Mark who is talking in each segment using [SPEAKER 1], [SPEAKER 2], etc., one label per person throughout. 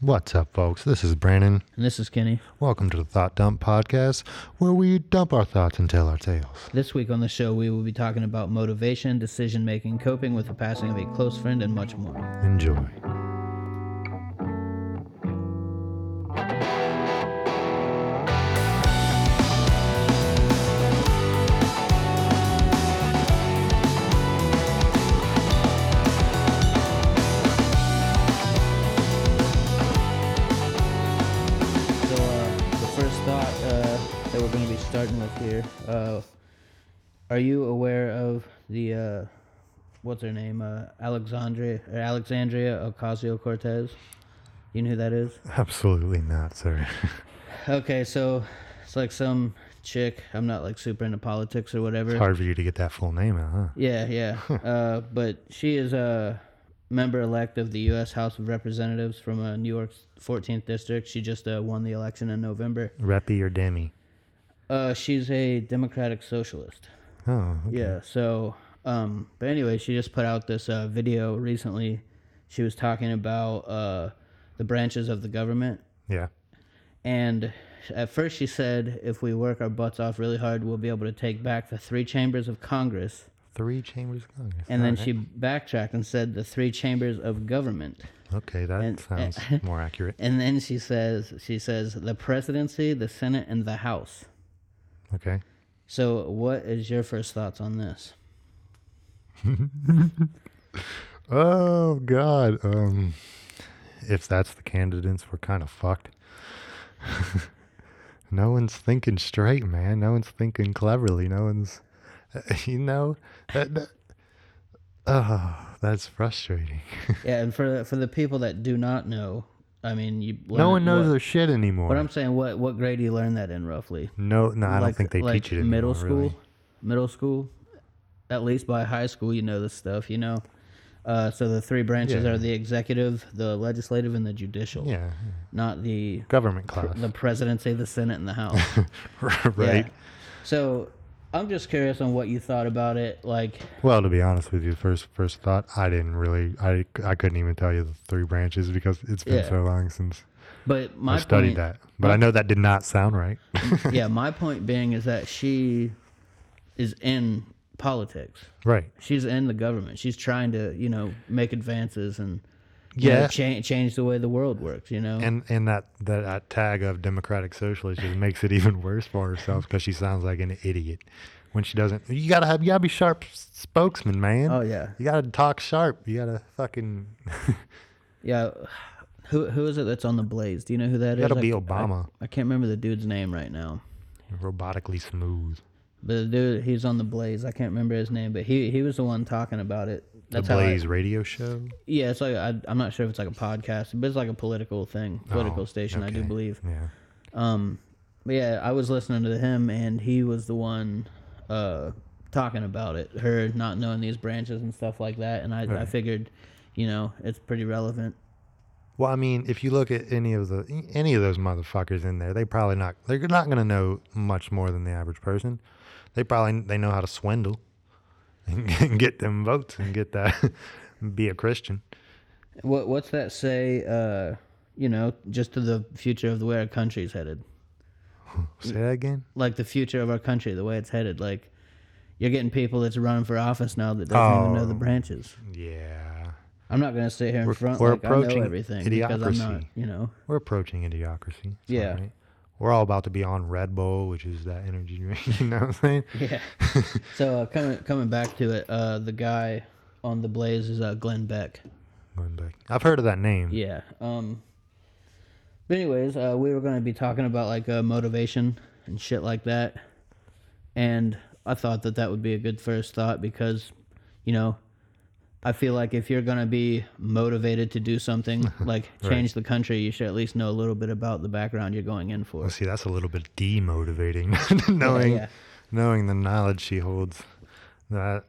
[SPEAKER 1] What's up, folks? This is Brandon.
[SPEAKER 2] And this is Kenny.
[SPEAKER 1] Welcome to the Thought Dump Podcast, where we dump our thoughts and tell our tales.
[SPEAKER 2] This week on the show, we will be talking about motivation, decision making, coping with the passing of a close friend, and much more.
[SPEAKER 1] Enjoy.
[SPEAKER 2] So, uh, the first thought uh, that we're going to be starting with here uh, are you aware of the, uh, what's her name? Uh, Alexandria, or Alexandria Ocasio Cortez? You know who that is?
[SPEAKER 1] Absolutely not, sir.
[SPEAKER 2] Okay, so it's like some chick. I'm not like super into politics or whatever.
[SPEAKER 1] Hard for you to get that full name out, huh?
[SPEAKER 2] Yeah, yeah. uh, but she is a member elect of the U.S. House of Representatives from uh, New York's 14th district. She just uh, won the election in November.
[SPEAKER 1] Reppy or Demi?
[SPEAKER 2] Uh, she's a Democratic Socialist.
[SPEAKER 1] Oh, okay.
[SPEAKER 2] Yeah. So, um, but anyway, she just put out this uh, video recently. She was talking about uh, the branches of the government
[SPEAKER 1] yeah.
[SPEAKER 2] and at first she said if we work our butts off really hard we'll be able to take back the three chambers of congress
[SPEAKER 1] Three chambers of Congress.
[SPEAKER 2] and then
[SPEAKER 1] Alright.
[SPEAKER 2] she backtracked and said the three chambers of government
[SPEAKER 1] Okay, that sounds
[SPEAKER 2] eh,
[SPEAKER 1] more accurate.
[SPEAKER 2] and then she says she says the presidency the senate and the house
[SPEAKER 1] Okay.
[SPEAKER 2] so what is your first thoughts on this
[SPEAKER 1] Oh God. Um, if that's the candidates, we're kind of fucked. no one's thinking straight, man. No one's thinking cleverly. No one's, you know, that, that- oh, that's frustrating.
[SPEAKER 2] yeah and for the, for the people that do not know i mean you
[SPEAKER 1] no one knows
[SPEAKER 2] what,
[SPEAKER 1] their shit anymore.
[SPEAKER 2] but i'm saying what what grade do you learn that in roughly
[SPEAKER 1] no, no, I don't
[SPEAKER 2] like-
[SPEAKER 1] think they
[SPEAKER 2] like
[SPEAKER 1] teach it in
[SPEAKER 2] middle school.
[SPEAKER 1] Really.
[SPEAKER 2] Middle school, at least by high school, you know this stuff. You know, uh, so the three branches
[SPEAKER 1] Yeah.
[SPEAKER 2] are the executive, the legislative, and the judicial.
[SPEAKER 1] Yeah,
[SPEAKER 2] Not the
[SPEAKER 1] government class,
[SPEAKER 2] the presidency, the senate, and the house. Yeah.
[SPEAKER 1] right?
[SPEAKER 2] So I'm just curious on what you thought about it. Like,
[SPEAKER 1] Well, to be honest with you, first first thought, I didn't really, I, I couldn't even tell you the three branches because it's been
[SPEAKER 2] Yeah.
[SPEAKER 1] so long since
[SPEAKER 2] but my
[SPEAKER 1] I studied
[SPEAKER 2] point,
[SPEAKER 1] that, but I know that did not sound right.
[SPEAKER 2] yeah, my point being is that she is in politics.
[SPEAKER 1] right.
[SPEAKER 2] She's in the government. She's trying to, you know, make advances and you know,
[SPEAKER 1] Yeah.
[SPEAKER 2] cha- change the way the world works. You know,
[SPEAKER 1] And and that, that that tag of democratic socialist just makes it even worse for herself because she sounds like an idiot when she doesn't. You gotta have you gotta be sharp s- spokesman, man.
[SPEAKER 2] Oh, yeah.
[SPEAKER 1] You gotta talk sharp. You gotta fucking.
[SPEAKER 2] Yeah. Who who is it that's on the Blaze? Do you know who that is?
[SPEAKER 1] That'll
[SPEAKER 2] I-
[SPEAKER 1] be
[SPEAKER 2] I-
[SPEAKER 1] Obama.
[SPEAKER 2] I, can't remember the dude's name right now.
[SPEAKER 1] Robotically smooth.
[SPEAKER 2] But the dude he's on the Blaze. I can't remember his name, but he he was the one talking about it.
[SPEAKER 1] The
[SPEAKER 2] That's how I-
[SPEAKER 1] Blaze radio show.
[SPEAKER 2] yeah, it's like I, I'm not sure if it's like a podcast, but it's like a political thing, political
[SPEAKER 1] Oh,
[SPEAKER 2] station, I do
[SPEAKER 1] okay.
[SPEAKER 2] believe.
[SPEAKER 1] Yeah.
[SPEAKER 2] Um, but yeah, I was listening to him, and he was the one uh, talking about it, her not knowing these branches and stuff like that. And I, I figured, you know, it's pretty relevant.
[SPEAKER 1] Well, I mean, if you look at any of the any of those motherfuckers in there, they probably not they're not going to know much more than the average person. They probably they know how to swindle and, get them votes and get that be a Christian.
[SPEAKER 2] What what's that say? Uh, you know, just to the future of the way our country's headed,
[SPEAKER 1] Say that again.
[SPEAKER 2] like the future of our country, the way it's headed. Like you're getting people that's running for office now that doesn't even know the
[SPEAKER 1] Oh.
[SPEAKER 2] branches.
[SPEAKER 1] Yeah,
[SPEAKER 2] I'm not gonna sit here in front
[SPEAKER 1] we're
[SPEAKER 2] like I know
[SPEAKER 1] approaching
[SPEAKER 2] everything because I'm not.
[SPEAKER 1] idiocracy.
[SPEAKER 2] You know,
[SPEAKER 1] we're approaching idiocracy. It's all
[SPEAKER 2] Yeah.
[SPEAKER 1] right. we're all about to be on Red Bull, which is that energy drink. You know what I'm saying?
[SPEAKER 2] yeah. so uh, coming coming back to it, uh, the guy on the Blaze is uh, Glenn Beck.
[SPEAKER 1] Going back, I've heard of that name.
[SPEAKER 2] Yeah. Um. But anyways, uh, we were gonna be talking about like uh, motivation and shit like that, and I thought that that would be a good first thought because, you know, I feel like if you're gonna be motivated to do something like change the country, you should at least know a little bit about the background you're going in for.
[SPEAKER 1] Well, see, that's a little bit demotivating, knowing
[SPEAKER 2] yeah.
[SPEAKER 1] knowing the knowledge she holds. That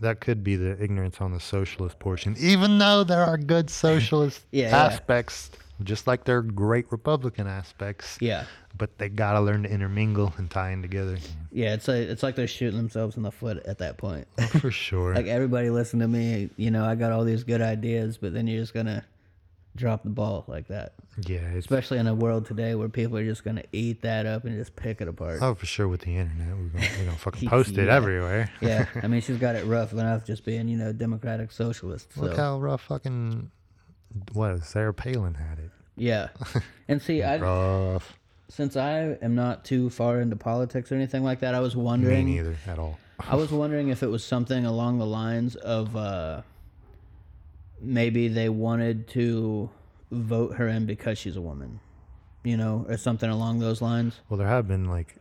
[SPEAKER 1] that could be the ignorance on the socialist portion, even though there are good socialist
[SPEAKER 2] Yeah, yeah.
[SPEAKER 1] aspects, just like there are great Republican aspects.
[SPEAKER 2] Yeah.
[SPEAKER 1] But they gotta learn to intermingle and tie in together.
[SPEAKER 2] Yeah. It's like it's like they're shooting themselves in the foot at that point.
[SPEAKER 1] For sure.
[SPEAKER 2] like everybody listen to me you know i got all these good ideas but then you're just gonna drop the ball like that,
[SPEAKER 1] Yeah, it's,
[SPEAKER 2] especially in a world today where people are just gonna eat that up and just pick it apart.
[SPEAKER 1] oh for sure with the internet, we're gonna, we're gonna fucking post it
[SPEAKER 2] Yeah.
[SPEAKER 1] everywhere.
[SPEAKER 2] yeah, I mean she's got it rough enough just being you know democratic socialist. So
[SPEAKER 1] Look how rough fucking what Sarah Palin had it.
[SPEAKER 2] yeah, and see, I
[SPEAKER 1] Rough.
[SPEAKER 2] since I am not too far into politics or anything like that, I was
[SPEAKER 1] Me
[SPEAKER 2] wondering
[SPEAKER 1] neither at all.
[SPEAKER 2] I was wondering if it was something along the lines of uh, maybe they wanted to vote her in because she's a woman, you know, or something along those lines.
[SPEAKER 1] Well, there have been like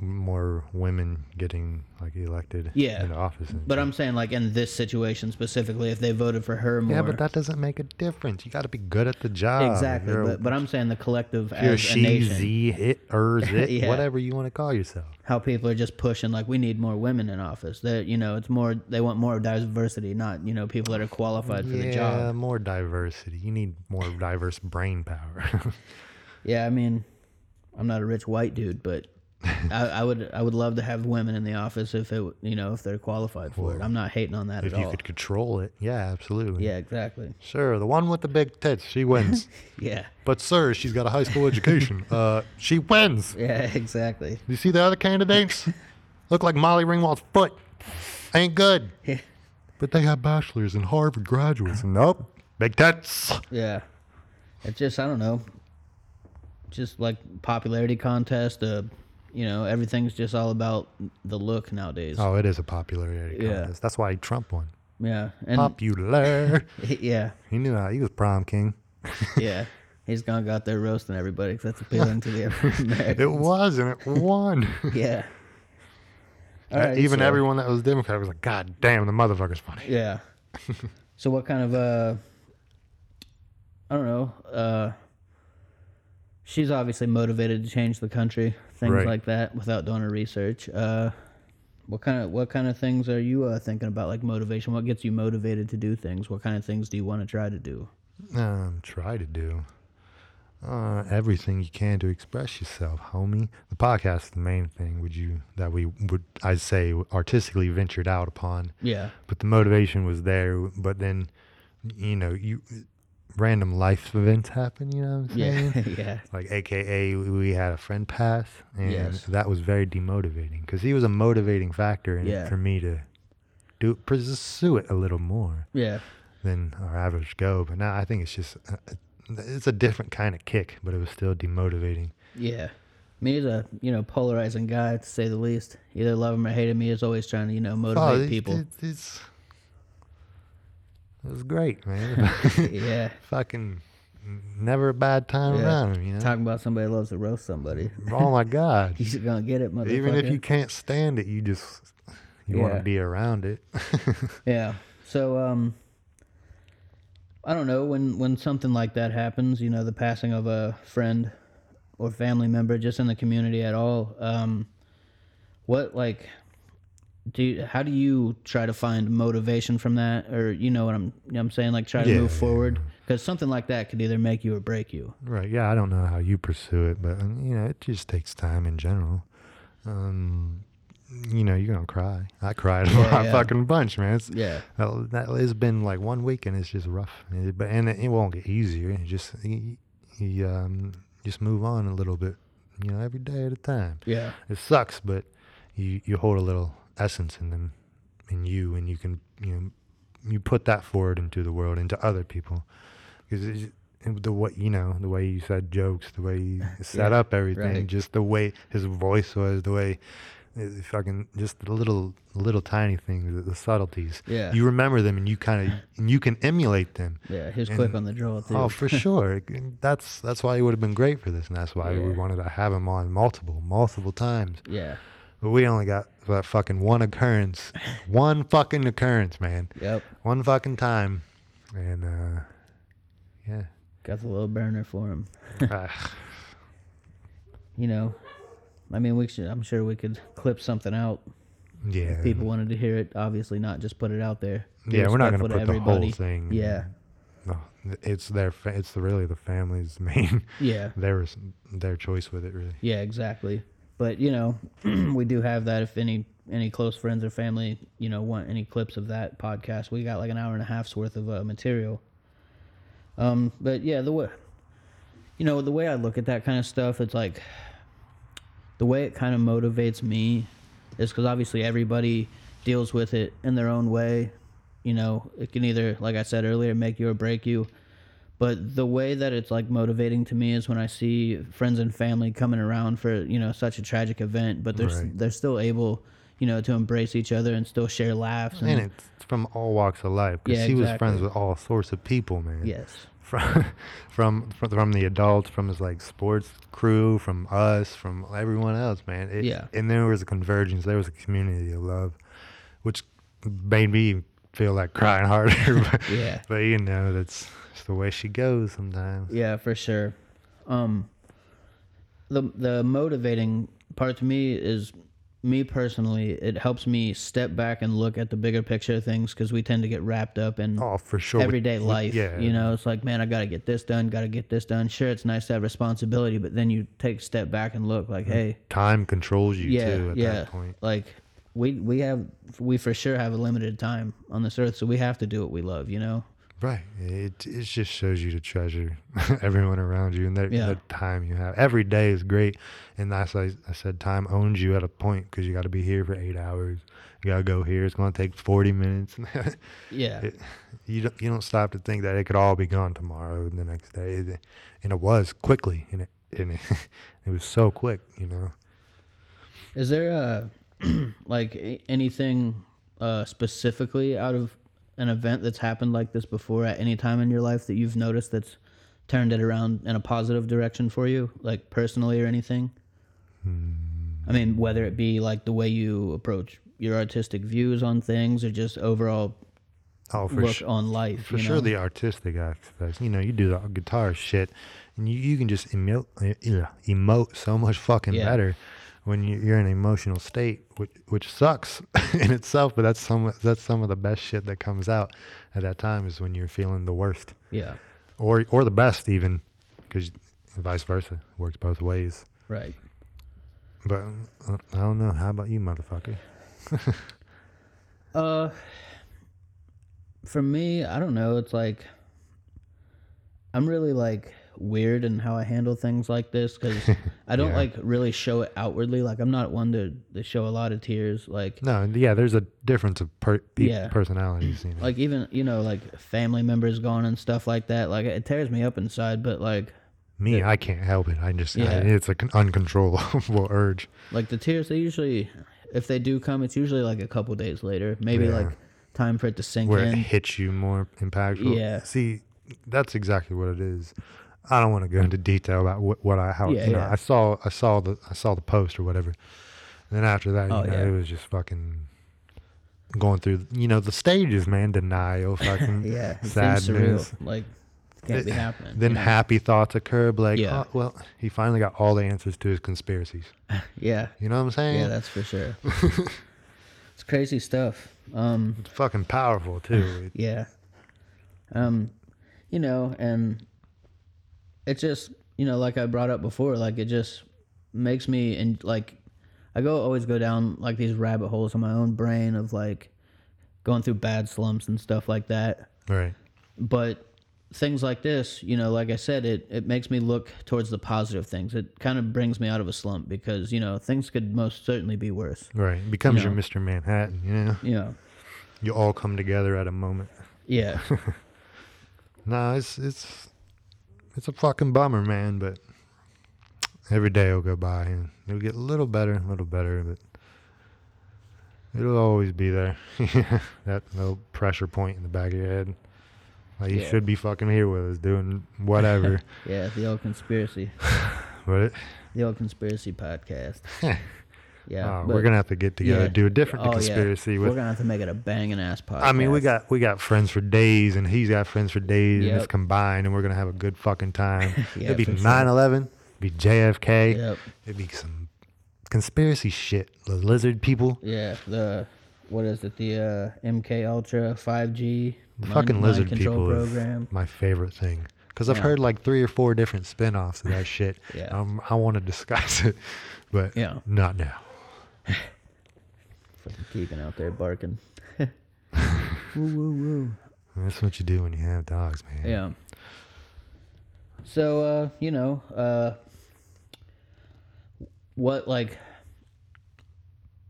[SPEAKER 1] more women getting like elected
[SPEAKER 2] Yeah.
[SPEAKER 1] into office. and
[SPEAKER 2] But
[SPEAKER 1] shit.
[SPEAKER 2] I'm saying, like, in this situation specifically, if they voted for her more.
[SPEAKER 1] yeah, but that doesn't make a difference. You got to be good at the job. If
[SPEAKER 2] exactly.
[SPEAKER 1] Oh, you're a-
[SPEAKER 2] But, but I'm saying the collective
[SPEAKER 1] you're
[SPEAKER 2] as a
[SPEAKER 1] she,
[SPEAKER 2] nation,
[SPEAKER 1] z, it, er, zit,
[SPEAKER 2] Yeah.
[SPEAKER 1] whatever you want to call yourself.
[SPEAKER 2] how people are just pushing, like, we need more women in office. That, you know, it's more, they want more diversity, not, you know, people that are qualified for the job.
[SPEAKER 1] Yeah, more diversity. You need more diverse brain power.
[SPEAKER 2] Yeah, I mean, I'm not a rich white dude, but I, I would I would love to have women in the office if it you know if they're qualified for it. I'm not hating on that
[SPEAKER 1] if
[SPEAKER 2] at
[SPEAKER 1] you
[SPEAKER 2] all.
[SPEAKER 1] could control it, yeah, absolutely.
[SPEAKER 2] Yeah, exactly.
[SPEAKER 1] Sure, the one with the big tits, she wins.
[SPEAKER 2] Yeah,
[SPEAKER 1] but sir, she's got a high school education. Uh, she wins.
[SPEAKER 2] yeah, exactly.
[SPEAKER 1] You see the other candidates? Look like Molly Ringwald's foot. Ain't good.
[SPEAKER 2] Yeah.
[SPEAKER 1] But they have bachelors and Harvard graduates. Nope. Big tits.
[SPEAKER 2] Yeah, it's just I don't know, just like popularity contest. Uh, you know, everything's just all about the look nowadays.
[SPEAKER 1] Oh, it is a popularity
[SPEAKER 2] Yeah.
[SPEAKER 1] contest. That's why Trump won.
[SPEAKER 2] Yeah, and
[SPEAKER 1] Popular.
[SPEAKER 2] yeah,
[SPEAKER 1] he knew how. He was prom king.
[SPEAKER 2] yeah. He's gone got there roasting everybody because that's appealing to the average American.
[SPEAKER 1] It was, and it won.
[SPEAKER 2] Yeah. All right,
[SPEAKER 1] Uh, Even
[SPEAKER 2] so-
[SPEAKER 1] everyone that was Democrat was like, God damn, the motherfucker's funny.
[SPEAKER 2] Yeah. so what kind of uh I don't know, uh she's obviously motivated to change the country, things
[SPEAKER 1] Right.
[SPEAKER 2] like that without doing her research. Uh what kind of what kind of things are you uh, thinking about like motivation? What gets you motivated to do things? What kind of things do you want to try to do?
[SPEAKER 1] Um, try to do uh, everything you can to express yourself, homie. The podcast is the main thing. Would you that we would I say artistically ventured out upon,
[SPEAKER 2] Yeah.
[SPEAKER 1] but the motivation was there. But then, you know, you random life events happen. You know what I'm saying?
[SPEAKER 2] Yeah. yeah.
[SPEAKER 1] Like AKA, we had a friend pass, and
[SPEAKER 2] Yes.
[SPEAKER 1] that was very demotivating because he was a motivating factor in it
[SPEAKER 2] Yeah.
[SPEAKER 1] for me to do pursue it a little more
[SPEAKER 2] Yeah.
[SPEAKER 1] than our average go. But now I think it's just uh, it's a different kind of kick, but it was still demotivating.
[SPEAKER 2] Yeah. I mean, he's a you know polarizing guy to say the least. Either love him or hate him, he is always trying to you know motivate
[SPEAKER 1] it-
[SPEAKER 2] people.
[SPEAKER 1] it- Oh, it's it was great, man.
[SPEAKER 2] yeah,
[SPEAKER 1] Fucking never a bad time
[SPEAKER 2] Yeah.
[SPEAKER 1] around him, you know.
[SPEAKER 2] talking about somebody who loves to roast somebody.
[SPEAKER 1] oh my god!
[SPEAKER 2] He's gonna get it, motherfucker.
[SPEAKER 1] Even if you can't stand it, you just you want
[SPEAKER 2] Yeah.
[SPEAKER 1] to be around it.
[SPEAKER 2] yeah. So um, I don't know when when something like that happens. You know, the passing of a friend or family member, just in the community at all. Um, what like do you, how do you try to find motivation from that, or you know what I'm you know what I'm saying? Like try to
[SPEAKER 1] Yeah,
[SPEAKER 2] move
[SPEAKER 1] yeah,
[SPEAKER 2] forward because something like that could either make you or break you.
[SPEAKER 1] Right. Yeah, I don't know how you pursue it, but um, you know, it just takes time in general. Um, you know, you're gonna cry. I cried a
[SPEAKER 2] Yeah,
[SPEAKER 1] lot
[SPEAKER 2] yeah.
[SPEAKER 1] fucking bunch, man. It's,
[SPEAKER 2] Yeah.
[SPEAKER 1] that, that it's been like one week and it's just rough. And it- But and it, it won't get easier. It just you, you, um, just move on a little bit. You know, every day at a time.
[SPEAKER 2] Yeah.
[SPEAKER 1] It sucks, but you you hold a little essence in them, in you, and you can you know you put that forward into the world, into other people, because the what you know the way you said jokes, the way you set
[SPEAKER 2] Yeah,
[SPEAKER 1] up everything,
[SPEAKER 2] right.
[SPEAKER 1] just the way his voice was, the way it- fucking just the little little tiny things, the, the subtleties.
[SPEAKER 2] Yeah.
[SPEAKER 1] you remember them, and you kind of and you can emulate them.
[SPEAKER 2] Yeah. He was quick on the draw too.
[SPEAKER 1] Oh, for sure. That's that's why he would have been great for this, and that's why we
[SPEAKER 2] Yeah.
[SPEAKER 1] wanted to have him on multiple, multiple times.
[SPEAKER 2] yeah.
[SPEAKER 1] But we only got that fucking one occurrence, one fucking occurrence, man,
[SPEAKER 2] Yep.
[SPEAKER 1] one fucking time, and uh, yeah,
[SPEAKER 2] Got the little burner for him.
[SPEAKER 1] Ah,
[SPEAKER 2] you know, I mean, we should. I'm sure we could clip something out.
[SPEAKER 1] yeah.
[SPEAKER 2] People wanted to hear it, obviously, not just put it out there. Be
[SPEAKER 1] yeah, we're not gonna
[SPEAKER 2] respectful
[SPEAKER 1] put the whole thing.
[SPEAKER 2] Yeah,
[SPEAKER 1] no, it's their, fa- it's the, really the family's main,
[SPEAKER 2] yeah,
[SPEAKER 1] their their choice with it, really.
[SPEAKER 2] yeah, exactly. But you know, we do have that. If any any close friends or family, you know, want any clips of that podcast, we got like an hour and a half's worth of uh, material. Um, but yeah, the way, you know, the way I look at that kind of stuff, it's like the way it kind of motivates me is because obviously everybody deals with it in their own way. You know, it can either, like I said earlier, make you or break you. But the way that it's like motivating to me is when I see friends and family coming around for you know such a tragic event, but they're s-
[SPEAKER 1] Right.
[SPEAKER 2] they're still able, you know, to embrace each other and still share laughs. And,
[SPEAKER 1] And it's from all walks of life because
[SPEAKER 2] Mm. Yeah,
[SPEAKER 1] he was
[SPEAKER 2] exactly.
[SPEAKER 1] friends with all sorts of people, man.
[SPEAKER 2] yes,
[SPEAKER 1] From, from from from the adults, from his like sports crew, from us, from everyone else, man. It,
[SPEAKER 2] Yeah.
[SPEAKER 1] And there was a convergence. There was a community of love, which made me feel like crying harder. but,
[SPEAKER 2] Yeah.
[SPEAKER 1] But you know, that's just the way she goes sometimes.
[SPEAKER 2] yeah, for sure. Um, the the motivating part to me is me personally. It helps me step back and look at the bigger picture of things because we tend to get wrapped up in
[SPEAKER 1] Oh, for sure. with-
[SPEAKER 2] everyday
[SPEAKER 1] with-
[SPEAKER 2] life.
[SPEAKER 1] yeah.
[SPEAKER 2] You know, it's like, man, I got to get this done, got to get this done. Sure, it's nice to have responsibility, but then you take a step back and look like, hey,
[SPEAKER 1] Time controls you
[SPEAKER 2] yeah,
[SPEAKER 1] Mm-hmm. too at
[SPEAKER 2] yeah,
[SPEAKER 1] that point.
[SPEAKER 2] like we we have we for sure have a limited time on this earth, so we have to do what we love. You know,
[SPEAKER 1] Right. It it just shows you to treasure everyone around you and the,
[SPEAKER 2] Yeah.
[SPEAKER 1] the time you have. Every day is great, and that's like I said, time owns you at a point because you got to be here for eight hours. You gotta go here. It's gonna take forty minutes.
[SPEAKER 2] yeah,
[SPEAKER 1] It- you don't you don't stop to think that it could all be gone tomorrow and the next day, It- and it was quickly, and it and it, it was so quick, you know.
[SPEAKER 2] Is there uh like a- anything uh, specifically out of an event that's happened like this before at any time in your life that you've noticed that's turned it around in a positive direction for you, like personally or anything?
[SPEAKER 1] Hmm.
[SPEAKER 2] I mean, whether it be like the way you approach your artistic views on things or just overall
[SPEAKER 1] Oh, for
[SPEAKER 2] look
[SPEAKER 1] sure.
[SPEAKER 2] on life.
[SPEAKER 1] for
[SPEAKER 2] you
[SPEAKER 1] sure
[SPEAKER 2] know?
[SPEAKER 1] the artistic aspects. You know, you do the guitar shit, and you, you can just emo- eh, eh, emote so much fucking
[SPEAKER 2] Yeah.
[SPEAKER 1] better when you, you're in an emotional state, which which sucks in itself. But that's some that's some of the best shit that comes out at that time is when you're feeling the worst,
[SPEAKER 2] yeah,
[SPEAKER 1] or or the best even, because vice versa works both ways.
[SPEAKER 2] right.
[SPEAKER 1] But uh, I don't know. How about you, motherfucker?
[SPEAKER 2] Uh, for me, I don't know. It's like I'm really like weird in how I handle things like this because I don't
[SPEAKER 1] Yeah.
[SPEAKER 2] like really show it outwardly. Like I'm not one to, to show a lot of tears. Like
[SPEAKER 1] No, yeah. There's a difference of per- pe-
[SPEAKER 2] Yeah.
[SPEAKER 1] personalities. You know?
[SPEAKER 2] like even you know like family members gone and stuff like that. Like it tears me up inside. But like
[SPEAKER 1] Me, I can't help it. I just I-
[SPEAKER 2] Yeah.
[SPEAKER 1] it's an uncontrollable urge.
[SPEAKER 2] like the tears, they usually if they do come, it's usually like a couple days later. Maybe
[SPEAKER 1] Yeah.
[SPEAKER 2] like time for it to sink
[SPEAKER 1] where it
[SPEAKER 2] in.
[SPEAKER 1] hits you more impactful.
[SPEAKER 2] Yeah.
[SPEAKER 1] See, that's exactly what it is. I don't want to go into detail about what, what I how
[SPEAKER 2] Yeah,
[SPEAKER 1] you know
[SPEAKER 2] yeah.
[SPEAKER 1] I saw I saw the I saw the post or whatever. And then after that,
[SPEAKER 2] Oh,
[SPEAKER 1] you know,
[SPEAKER 2] yeah.
[SPEAKER 1] it was just fucking going through you know the stages, man. Denial, fucking
[SPEAKER 2] Yeah, it seems
[SPEAKER 1] sadness.
[SPEAKER 2] surreal. Like can't be happening.
[SPEAKER 1] Then
[SPEAKER 2] you know?
[SPEAKER 1] happy thoughts occur, but like,
[SPEAKER 2] Yeah.
[SPEAKER 1] oh, well, he finally got all the answers to his conspiracies.
[SPEAKER 2] yeah.
[SPEAKER 1] You know what I'm saying?
[SPEAKER 2] Yeah, that's for sure. it's crazy stuff. Um,
[SPEAKER 1] it's fucking powerful too.
[SPEAKER 2] yeah. Um, you know, and it just, you know, like I brought up before, like it just makes me and like I go always go down like these rabbit holes in my own brain of like going through bad slumps and stuff like that.
[SPEAKER 1] right.
[SPEAKER 2] But things like this, you know, like I said, it it makes me look towards the positive things. It kind of brings me out of a slump because, you know, things could most certainly be worse.
[SPEAKER 1] Right. It becomes
[SPEAKER 2] know.
[SPEAKER 1] your Mr. Manhattan, you know?
[SPEAKER 2] You know.
[SPEAKER 1] You all come together at a moment.
[SPEAKER 2] Yeah.
[SPEAKER 1] No, it's it's it's a fucking bummer, man, but every day will go by and it'll get a little better, a little better, but it'll always be there. that little pressure point in the back of your head. Like you
[SPEAKER 2] Yeah.
[SPEAKER 1] should be fucking here with us doing whatever.
[SPEAKER 2] Yeah, the old conspiracy,
[SPEAKER 1] but it,
[SPEAKER 2] the old conspiracy podcast. Yeah,
[SPEAKER 1] oh,
[SPEAKER 2] but-
[SPEAKER 1] we're gonna have to get together,
[SPEAKER 2] yeah.
[SPEAKER 1] do a different
[SPEAKER 2] Oh, yeah.
[SPEAKER 1] conspiracy
[SPEAKER 2] We're
[SPEAKER 1] with
[SPEAKER 2] gonna have to make it a banging ass podcast.
[SPEAKER 1] I mean, we got we got friends for days, and he's got friends for days, and it's
[SPEAKER 2] Yep.
[SPEAKER 1] combined, and we're gonna have a good fucking time.
[SPEAKER 2] Yeah,
[SPEAKER 1] it'd be
[SPEAKER 2] for sure.
[SPEAKER 1] 9/11, it'd be JFK,
[SPEAKER 2] Yep.
[SPEAKER 1] it'd be some conspiracy shit, the lizard people,
[SPEAKER 2] Yeah, the what is it? The uh, MK Ultra 5G
[SPEAKER 1] the
[SPEAKER 2] mind-
[SPEAKER 1] fucking
[SPEAKER 2] mind
[SPEAKER 1] lizard
[SPEAKER 2] control
[SPEAKER 1] people
[SPEAKER 2] program.
[SPEAKER 1] is my favorite thing because I've
[SPEAKER 2] Yeah.
[SPEAKER 1] heard like three or four different spin-offs of that shit.
[SPEAKER 2] Yeah.
[SPEAKER 1] um, I want to discuss it, but
[SPEAKER 2] Yeah.
[SPEAKER 1] not now.
[SPEAKER 2] Fucking Keegan out there barking. woo woo woo.
[SPEAKER 1] That's what you do when you have dogs, man.
[SPEAKER 2] Yeah. So uh, you know, uh, what like,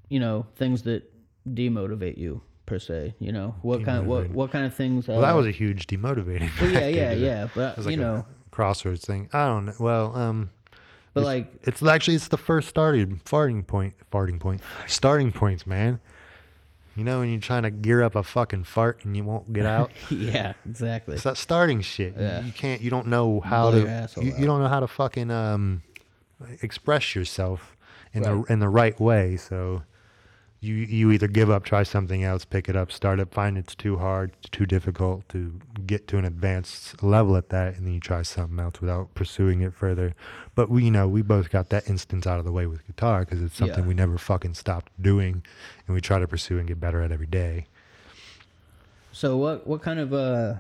[SPEAKER 2] you know, things that demotivate you per se. You know, what kind what
[SPEAKER 1] Demotivate.
[SPEAKER 2] what kind of things? Uh,
[SPEAKER 1] Well, that was a huge demotivating.
[SPEAKER 2] well, yeah,
[SPEAKER 1] factor
[SPEAKER 2] yeah,
[SPEAKER 1] to-
[SPEAKER 2] yeah. But
[SPEAKER 1] It was like
[SPEAKER 2] you
[SPEAKER 1] a
[SPEAKER 2] know,
[SPEAKER 1] crossroads thing. I don't know. Well, um,
[SPEAKER 2] but like
[SPEAKER 1] it's actually it's the first starting farting point, farting point, starting points, man. You know when you're trying to gear up a fucking fart and you won't get out.
[SPEAKER 2] yeah, exactly.
[SPEAKER 1] It's that starting shit. You-
[SPEAKER 2] Yeah.
[SPEAKER 1] You, can't. You don't know how
[SPEAKER 2] Blow your
[SPEAKER 1] to.
[SPEAKER 2] asshole
[SPEAKER 1] You,
[SPEAKER 2] out.
[SPEAKER 1] you don't know how to fucking um, express yourself in
[SPEAKER 2] Right.
[SPEAKER 1] the in the right way. So you you either give up, try something else, pick it up, start it, find it's too hard, it's too difficult to get to an advanced level at that, and then you try something else without pursuing it further. But we you know we both got that instance out of the way with guitar because it's something
[SPEAKER 2] Yeah.
[SPEAKER 1] we never fucking stopped doing, and we try to pursue and get better at every day.
[SPEAKER 2] So what what kind of uh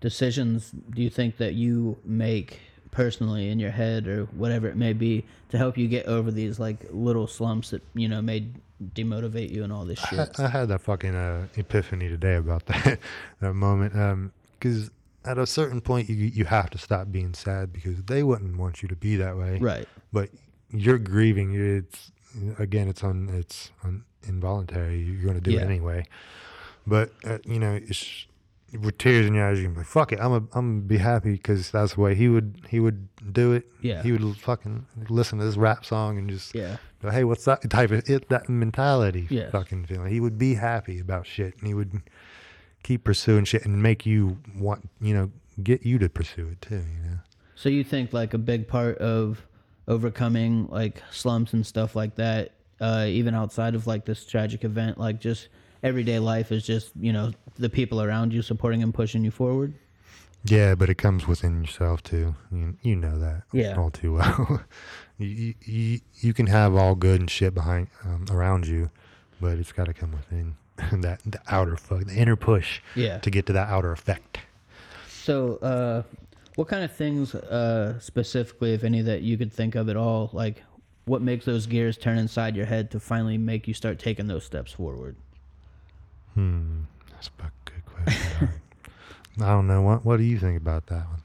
[SPEAKER 2] decisions do you think that you make personally in your head or whatever it may be to help you get over these like little slumps that you know may demotivate you and all this shit?
[SPEAKER 1] I, I had that fucking uh, epiphany today about that that moment because at a certain point you you have to stop being sad because they wouldn't want you to be that way,
[SPEAKER 2] right.
[SPEAKER 1] But you're grieving. It's again, it's on it's on involuntary. You're going to do
[SPEAKER 2] Yeah.
[SPEAKER 1] it anyway. But uh, you know, it's with tears in your eyes, you can be like, "Fuck it, I'm a, I'm gonna be happy because that's the way he would he would do it.
[SPEAKER 2] Yeah.
[SPEAKER 1] he would fucking listen to this rap song and just
[SPEAKER 2] Yeah.
[SPEAKER 1] but, hey, what's that type of it, that mentality
[SPEAKER 2] Yes.
[SPEAKER 1] fucking feeling? He would be happy about shit and he would keep pursuing shit and make you want, you know, get you to pursue it too, you know?
[SPEAKER 2] So you think like a big part of overcoming like slumps and stuff like that, uh, even outside of like this tragic event, like just everyday life is just you know the people around you supporting and pushing you forward.
[SPEAKER 1] Yeah, but it comes within yourself too. You, you know that
[SPEAKER 2] Yeah.
[SPEAKER 1] all too well. you, you- you, you can have all good and shit behind um, around you, but it's got to come within that the outer fuck, the inner push
[SPEAKER 2] Yeah.
[SPEAKER 1] to get to that outer effect.
[SPEAKER 2] So, uh, what kind of things, uh, specifically, if any, that you could think of at all, like what makes those gears turn inside your head to finally make you start taking those steps forward?
[SPEAKER 1] Hmm, that's a good question. I don't know. What What do you think about that one?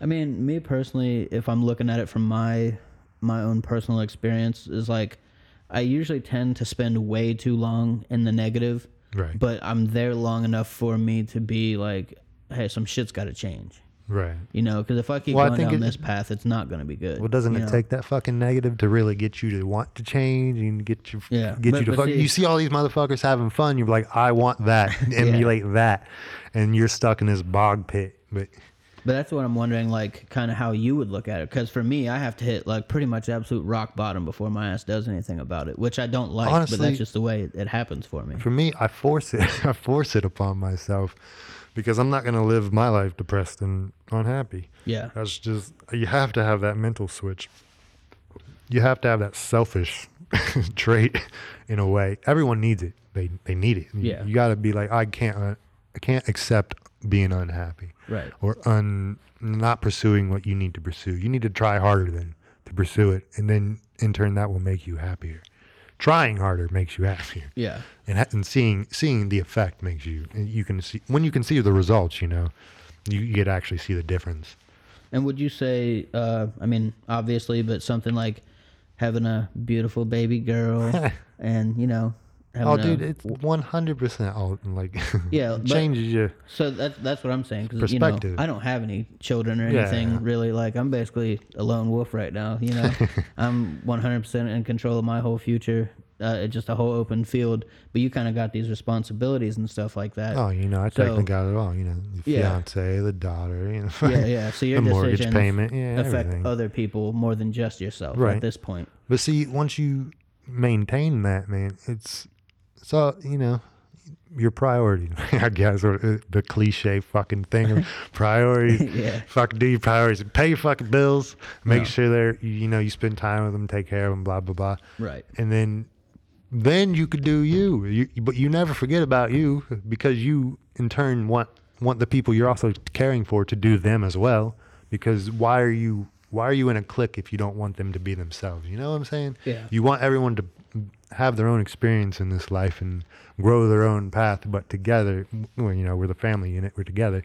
[SPEAKER 2] I mean, me personally, if I'm looking at it from my my own personal experience, is like I usually tend to spend way too long in the negative,
[SPEAKER 1] Right.
[SPEAKER 2] but I'm there long enough for me to be like, hey, some shit's got to change.
[SPEAKER 1] Right.
[SPEAKER 2] You know, because if I keep
[SPEAKER 1] Well, I
[SPEAKER 2] going
[SPEAKER 1] think
[SPEAKER 2] down
[SPEAKER 1] it-
[SPEAKER 2] this path, it's not going to be good.
[SPEAKER 1] Well, doesn't
[SPEAKER 2] you
[SPEAKER 1] it
[SPEAKER 2] know?
[SPEAKER 1] take that fucking negative to really get you to want to change and get you
[SPEAKER 2] Yeah,
[SPEAKER 1] get
[SPEAKER 2] but-
[SPEAKER 1] you to
[SPEAKER 2] but
[SPEAKER 1] fuck?
[SPEAKER 2] see-
[SPEAKER 1] you see all these motherfuckers having fun. You're like, I want that, emulate that, and you're stuck in this bog pit. But
[SPEAKER 2] But that's what I'm wondering, like, kind of how you would look at it. Because for me, I have to hit like pretty much absolute rock bottom before my ass does anything about it, which I don't like. but
[SPEAKER 1] Honestly-
[SPEAKER 2] that's just the way it, it happens for me.
[SPEAKER 1] for me, I force it. I force it upon myself because I'm not gonna live my life depressed and unhappy.
[SPEAKER 2] Yeah,
[SPEAKER 1] That's just you have to have that mental switch. You have to have that selfish trait in a way. Everyone needs it. They they need it. You-
[SPEAKER 2] Yeah.
[SPEAKER 1] You got to be like I can't uh, I can't accept being unhappy
[SPEAKER 2] right.
[SPEAKER 1] or un not pursuing what you need to pursue. You need to try harder than to pursue it and then in turn that will make you happier. Trying harder makes you happier.
[SPEAKER 2] Yeah,
[SPEAKER 1] And ha- and seeing seeing the effect makes you you can see when you can see the results, you know. You get to actually see the difference.
[SPEAKER 2] and would you say? Uh, I mean, obviously, but something like having a beautiful baby girl, and you know, having
[SPEAKER 1] Oh,
[SPEAKER 2] a-
[SPEAKER 1] dude, it's one hundred percent all like
[SPEAKER 2] Yeah, but-
[SPEAKER 1] changes you.
[SPEAKER 2] So that's that's what I'm saying because you know
[SPEAKER 1] Perspective.
[SPEAKER 2] I don't have any children or
[SPEAKER 1] Yeah.
[SPEAKER 2] anything really. Like I'm basically a lone wolf right now. You know, I'm 100% in control of my whole future. Uh, it's just a whole open field. But you kind of got these responsibilities and stuff like that.
[SPEAKER 1] Oh, you know, I
[SPEAKER 2] So-
[SPEAKER 1] take the guy at all. You know, the
[SPEAKER 2] Yeah.
[SPEAKER 1] fiance, the daughter, you know,
[SPEAKER 2] yeah, yeah. So your
[SPEAKER 1] the mortgage
[SPEAKER 2] decisions
[SPEAKER 1] payment, yeah,
[SPEAKER 2] affect uh,
[SPEAKER 1] everything.
[SPEAKER 2] other people more than just yourself at
[SPEAKER 1] Right.
[SPEAKER 2] this point.
[SPEAKER 1] But see, once you maintain that, man, it's it's all you know, your priority. I guess or uh, the cliche fucking thing of priorities.
[SPEAKER 2] Yeah.
[SPEAKER 1] Fuck, do your priorities. Pay your fucking bills. Make
[SPEAKER 2] No.
[SPEAKER 1] sure they're you you know you spend time with them, take care of them, blah blah blah.
[SPEAKER 2] Right.
[SPEAKER 1] and then then you could do you. you but you never forget about you because you in turn want want the people you're also caring for to do them as well because why are you why are you in a clique if you don't want them to be themselves you know what i'm saying
[SPEAKER 2] Yeah.
[SPEAKER 1] you want everyone to have their own experience in this life and grow their own path but together well, you know we're the family unit we're together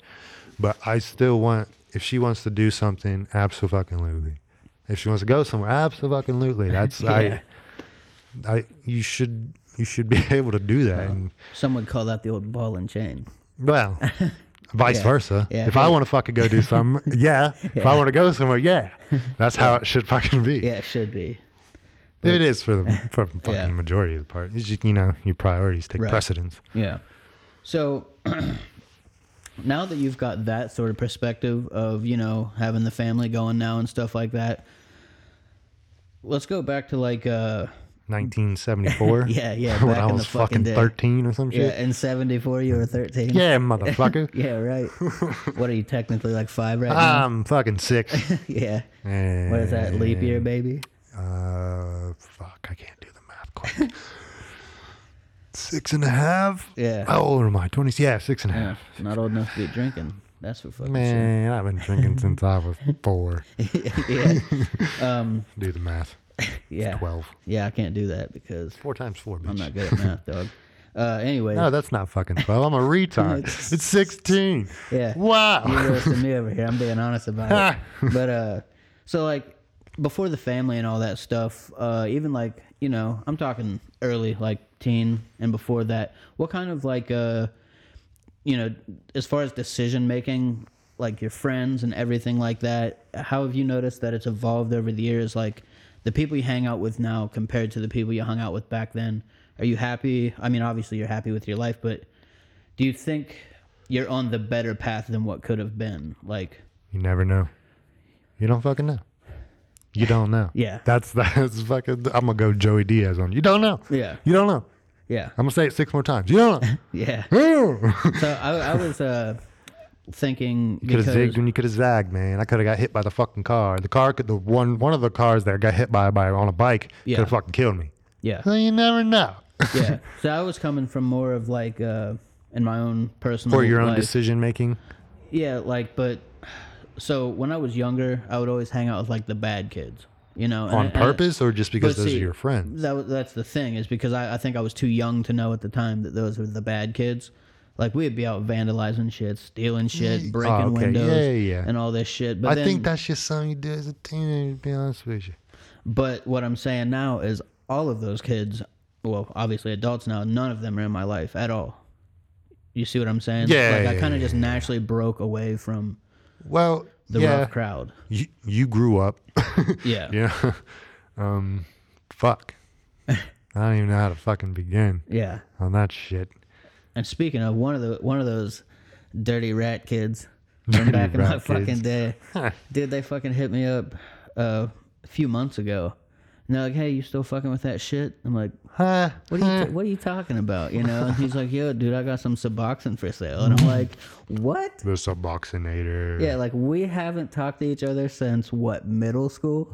[SPEAKER 1] but i still want if she wants to do something, absolutely. If she wants to go somewhere, absolutely. That's
[SPEAKER 2] Yeah.
[SPEAKER 1] I, I. You should you should be able to do that. And,
[SPEAKER 2] Some would call that the old ball and chain.
[SPEAKER 1] well, vice
[SPEAKER 2] Yeah.
[SPEAKER 1] versa.
[SPEAKER 2] Yeah,
[SPEAKER 1] if I
[SPEAKER 2] hey.
[SPEAKER 1] want to fucking go do somewhere, yeah. If I want to go somewhere, yeah. That's how it should fucking be.
[SPEAKER 2] Yeah, it should be.
[SPEAKER 1] It is for the for the fucking
[SPEAKER 2] Yeah.
[SPEAKER 1] majority of the part. It's just, you know, your priorities take
[SPEAKER 2] Right.
[SPEAKER 1] precedence.
[SPEAKER 2] Yeah. So now that you've got that sort of perspective of, you know, having the family going now and stuff like that, let's go back to like uh
[SPEAKER 1] 1974.
[SPEAKER 2] Yeah, yeah,
[SPEAKER 1] When
[SPEAKER 2] back
[SPEAKER 1] I
[SPEAKER 2] in the
[SPEAKER 1] was
[SPEAKER 2] fucking
[SPEAKER 1] fucking
[SPEAKER 2] day.
[SPEAKER 1] 13 or some
[SPEAKER 2] yeah,
[SPEAKER 1] shit.
[SPEAKER 2] in 74 you were 13.
[SPEAKER 1] Yeah, motherfucker.
[SPEAKER 2] Yeah, right. what are you technically like 5 right now?
[SPEAKER 1] I'm fucking six.
[SPEAKER 2] yeah. What is that leap year baby?
[SPEAKER 1] Uh, fuck, I can't do the math quick. six and a half.
[SPEAKER 2] Yeah.
[SPEAKER 1] How old am I? 20s. Yeah, six and a
[SPEAKER 2] Yeah,
[SPEAKER 1] half.
[SPEAKER 2] not old enough to be drinking. That's for fucking
[SPEAKER 1] Man, I've been drinking since I was four.
[SPEAKER 2] sure. yeah. Um
[SPEAKER 1] Do the math.
[SPEAKER 2] yeah.
[SPEAKER 1] 12.
[SPEAKER 2] Yeah, I can't do that because
[SPEAKER 1] Four times four, bitch.
[SPEAKER 2] I'm not good at math, dog. Uh anyway,
[SPEAKER 1] no, that's not fucking 12. I'm a retard.
[SPEAKER 2] It's-
[SPEAKER 1] it's 16.
[SPEAKER 2] yeah.
[SPEAKER 1] Wow.
[SPEAKER 2] You're worse than me over here. I'm being honest about it. But uh, so like before the family and all that stuff, uh, even like you know, I'm talking early like teen and before that. What kind of like uh, you know, as far as decision making, like your friends and everything like that. How have you noticed that it's evolved over the years? Like the people you hang out with now compared to the people you hung out with back then. Are you happy? I mean, obviously you're happy with your life, but do you think you're on the better path than what could have been? Like,
[SPEAKER 1] You never know. You don't fucking know. You don't know.
[SPEAKER 2] Yeah.
[SPEAKER 1] That's that's fucking. I'm gonna go Joey Diaz on you. You don't know.
[SPEAKER 2] Yeah.
[SPEAKER 1] You don't know.
[SPEAKER 2] yeah,
[SPEAKER 1] I'm gonna say it six more times. You don't know.
[SPEAKER 2] yeah.
[SPEAKER 1] Ooh.
[SPEAKER 2] So I, I was uh, thinking
[SPEAKER 1] could have
[SPEAKER 2] because
[SPEAKER 1] zigged when you could have zagged, man. I could have got hit by the fucking car. The car could the one one of the cars that I got hit by by on a bike
[SPEAKER 2] Yeah.
[SPEAKER 1] could have fucking killed me.
[SPEAKER 2] yeah,
[SPEAKER 1] So you never know.
[SPEAKER 2] yeah. So I was coming from more of like uh, in my own personal
[SPEAKER 1] Or your own
[SPEAKER 2] life.
[SPEAKER 1] decision making.
[SPEAKER 2] Yeah, like, but so when I was younger, I would always hang out with like the bad kids, you know, and
[SPEAKER 1] On
[SPEAKER 2] I- and I-
[SPEAKER 1] purpose or just because
[SPEAKER 2] but
[SPEAKER 1] those
[SPEAKER 2] see,
[SPEAKER 1] are your friends?
[SPEAKER 2] That wa- that's the thing is because I, I think I was too young to know at the time that those were the bad kids. Like we'd be out vandalizing shit, stealing shit, breaking
[SPEAKER 1] Ah, okay.
[SPEAKER 2] windows,
[SPEAKER 1] Yeah, yeah, yeah.
[SPEAKER 2] and all this shit. But
[SPEAKER 1] I
[SPEAKER 2] then,
[SPEAKER 1] think that's just something you do as a teenager, to be honest with you.
[SPEAKER 2] But what I'm saying now is all of those kids, well, obviously adults now, none of them are in my life at all. You see what I'm saying?
[SPEAKER 1] Yeah,
[SPEAKER 2] Like I
[SPEAKER 1] yeah,
[SPEAKER 2] kind of
[SPEAKER 1] yeah,
[SPEAKER 2] just naturally broke away from
[SPEAKER 1] Well,
[SPEAKER 2] the
[SPEAKER 1] yeah,
[SPEAKER 2] rough crowd.
[SPEAKER 1] you, you grew up.
[SPEAKER 2] Yeah.
[SPEAKER 1] Yeah. Um, fuck. I don't even know how to fucking begin
[SPEAKER 2] Yeah.
[SPEAKER 1] on that shit.
[SPEAKER 2] And speaking of one of the one of those dirty rat kids from back in my
[SPEAKER 1] rat kids.
[SPEAKER 2] fucking day, dude, they fucking hit me up uh, a few months ago. And they're like, "Hey, you still fucking with that shit?" I'm like,
[SPEAKER 1] Huh?
[SPEAKER 2] "What are you What are you talking about?" You know? And he's like, "Yo, dude, I got some Suboxone for sale." And I'm like, "What?"
[SPEAKER 1] The Suboxinator.
[SPEAKER 2] Yeah, like we haven't talked to each other since what middle school,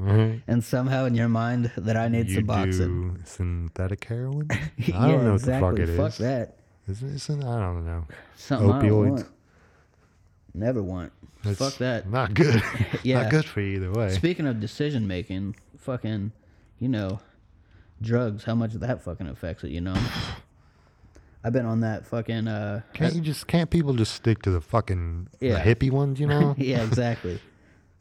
[SPEAKER 2] and somehow in your mind that I need
[SPEAKER 1] Mm-hmm. You
[SPEAKER 2] Suboxone.
[SPEAKER 1] do synthetic heroin? I
[SPEAKER 2] yeah,
[SPEAKER 1] don't know what
[SPEAKER 2] exactly.
[SPEAKER 1] the
[SPEAKER 2] fuck
[SPEAKER 1] fuck it is.
[SPEAKER 2] that.
[SPEAKER 1] Isn't, isn't, I don't know.
[SPEAKER 2] Something I don't
[SPEAKER 1] Opioids.
[SPEAKER 2] want. Never want.
[SPEAKER 1] It's
[SPEAKER 2] fuck that.
[SPEAKER 1] Not good.
[SPEAKER 2] Yeah.
[SPEAKER 1] Not good for you either way.
[SPEAKER 2] Speaking of decision making, fucking, you know, drugs. How much that fucking affects it, you know. I've been on that fucking. uh
[SPEAKER 1] can't you just can't people just stick to the fucking
[SPEAKER 2] Yeah.
[SPEAKER 1] the hippie ones, you know?
[SPEAKER 2] Yeah, exactly.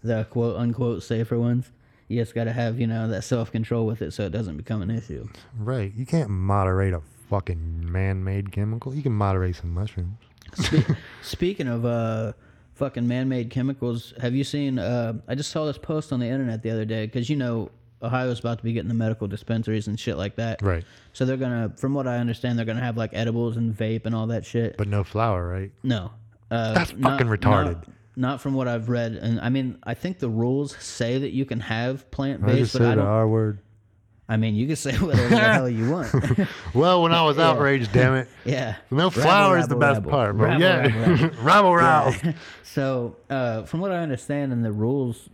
[SPEAKER 2] the quote unquote safer ones. You just got to have you know that self control with it, so it doesn't become an issue.
[SPEAKER 1] right. You can't moderate a fucking man made chemical. You can moderate some mushrooms.
[SPEAKER 2] Spe- Speaking of uh, fucking man-made chemicals, have you seen? Uh, I just saw this post on the internet the other day because you know Ohio's about to be getting the medical dispensaries and shit like that.
[SPEAKER 1] Right.
[SPEAKER 2] So they're gonna, from what I understand, they're gonna have like edibles and vape and all that shit.
[SPEAKER 1] But no flour, right?
[SPEAKER 2] no, uh,
[SPEAKER 1] That's fucking retarded.
[SPEAKER 2] Not, not from what I've read, and I mean, I think the rules say that you can have
[SPEAKER 1] I
[SPEAKER 2] plant-based,
[SPEAKER 1] just
[SPEAKER 2] but I
[SPEAKER 1] said uh, the
[SPEAKER 2] don't.
[SPEAKER 1] R word.
[SPEAKER 2] I mean, you can say whatever the hell you want.
[SPEAKER 1] Well, when I was outraged, damn it.
[SPEAKER 2] yeah.
[SPEAKER 1] No
[SPEAKER 2] Rabble,
[SPEAKER 1] flour is the
[SPEAKER 2] rabble,
[SPEAKER 1] best
[SPEAKER 2] rabble.
[SPEAKER 1] part, bro.
[SPEAKER 2] Rabble,
[SPEAKER 1] yeah.
[SPEAKER 2] rabble, rabble.
[SPEAKER 1] Rabble roused.
[SPEAKER 2] So, uh, from what I understand in the rules,